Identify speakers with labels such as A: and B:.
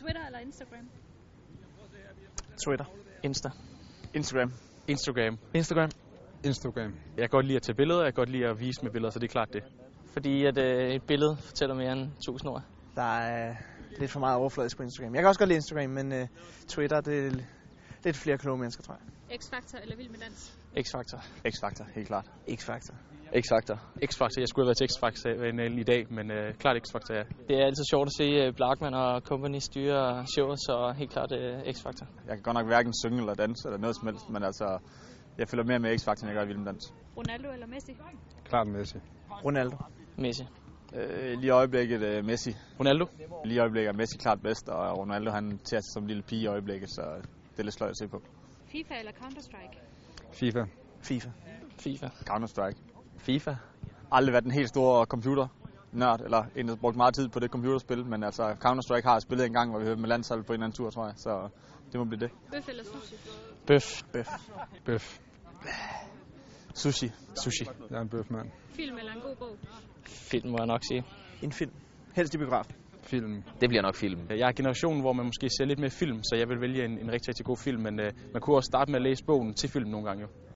A: Twitter eller Instagram?
B: Twitter. Insta.
C: Instagram.
D: Instagram.
B: Instagram.
E: Instagram.
D: Jeg kan godt lide at tage billeder, jeg kan godt lide at vise med billeder, så det er klart det.
C: Fordi at øh, et billede fortæller mere end tusind ord.
B: Der er lidt for meget overfladisk på Instagram. Jeg kan også godt lide Instagram, men øh, Twitter, det er lidt flere kloge mennesker, tror jeg.
A: X-Factor eller Vild med Dans?
C: X-faktor.
F: X-Factor, helt klart.
B: X-Factor.
F: X-Factor.
D: X-Factor, jeg skulle have været til X-Factor i dag, men øh, klart X-Factor, ja.
C: Det er altid sjovt at se øh, Blackman og Company styre showet, så helt klart øh, X-faktor.
F: Jeg kan godt nok hverken synge eller danse eller noget som helst, men altså, jeg følger mere med X-Factor, end jeg gør i Vild Med Dans.
A: Ronaldo eller Messi?
E: Klart Messi.
B: Ronaldo.
C: Messi.
F: Øh, lige i øjeblikket øh, Messi.
D: Ronaldo?
F: Lige i øjeblikket er Messi klart bedst, og Ronaldo han tager sig som en lille pige i øjeblikket, så det er lidt sløjt at se på.
A: FIFA eller Counter-Strike?
E: FIFA.
B: FIFA.
C: FIFA.
F: Counter-Strike.
D: FIFA.
F: Aldrig været den helt store computer nørd, eller en, der brugte meget tid på det computerspil, men altså Counter-Strike har jeg spillet en gang, hvor vi hørte med landsholdet på en eller anden tur, tror jeg, så det må blive det.
A: Bøf eller sushi?
C: Bøf.
E: Bøf.
F: Sushi.
D: Sushi.
E: Jeg er en bøfmand.
A: Film eller en god bog?
C: Film, må jeg nok sige.
B: En film. Helst i biografen.
E: Film.
G: Det bliver nok filmen.
D: Jeg er generationen, hvor man øh, måske ser lidt mere film, så jeg vil vælge en, en rigtig, rigtig god film, men øh, man kunne også starte med at læse bogen til film nogle gange jo.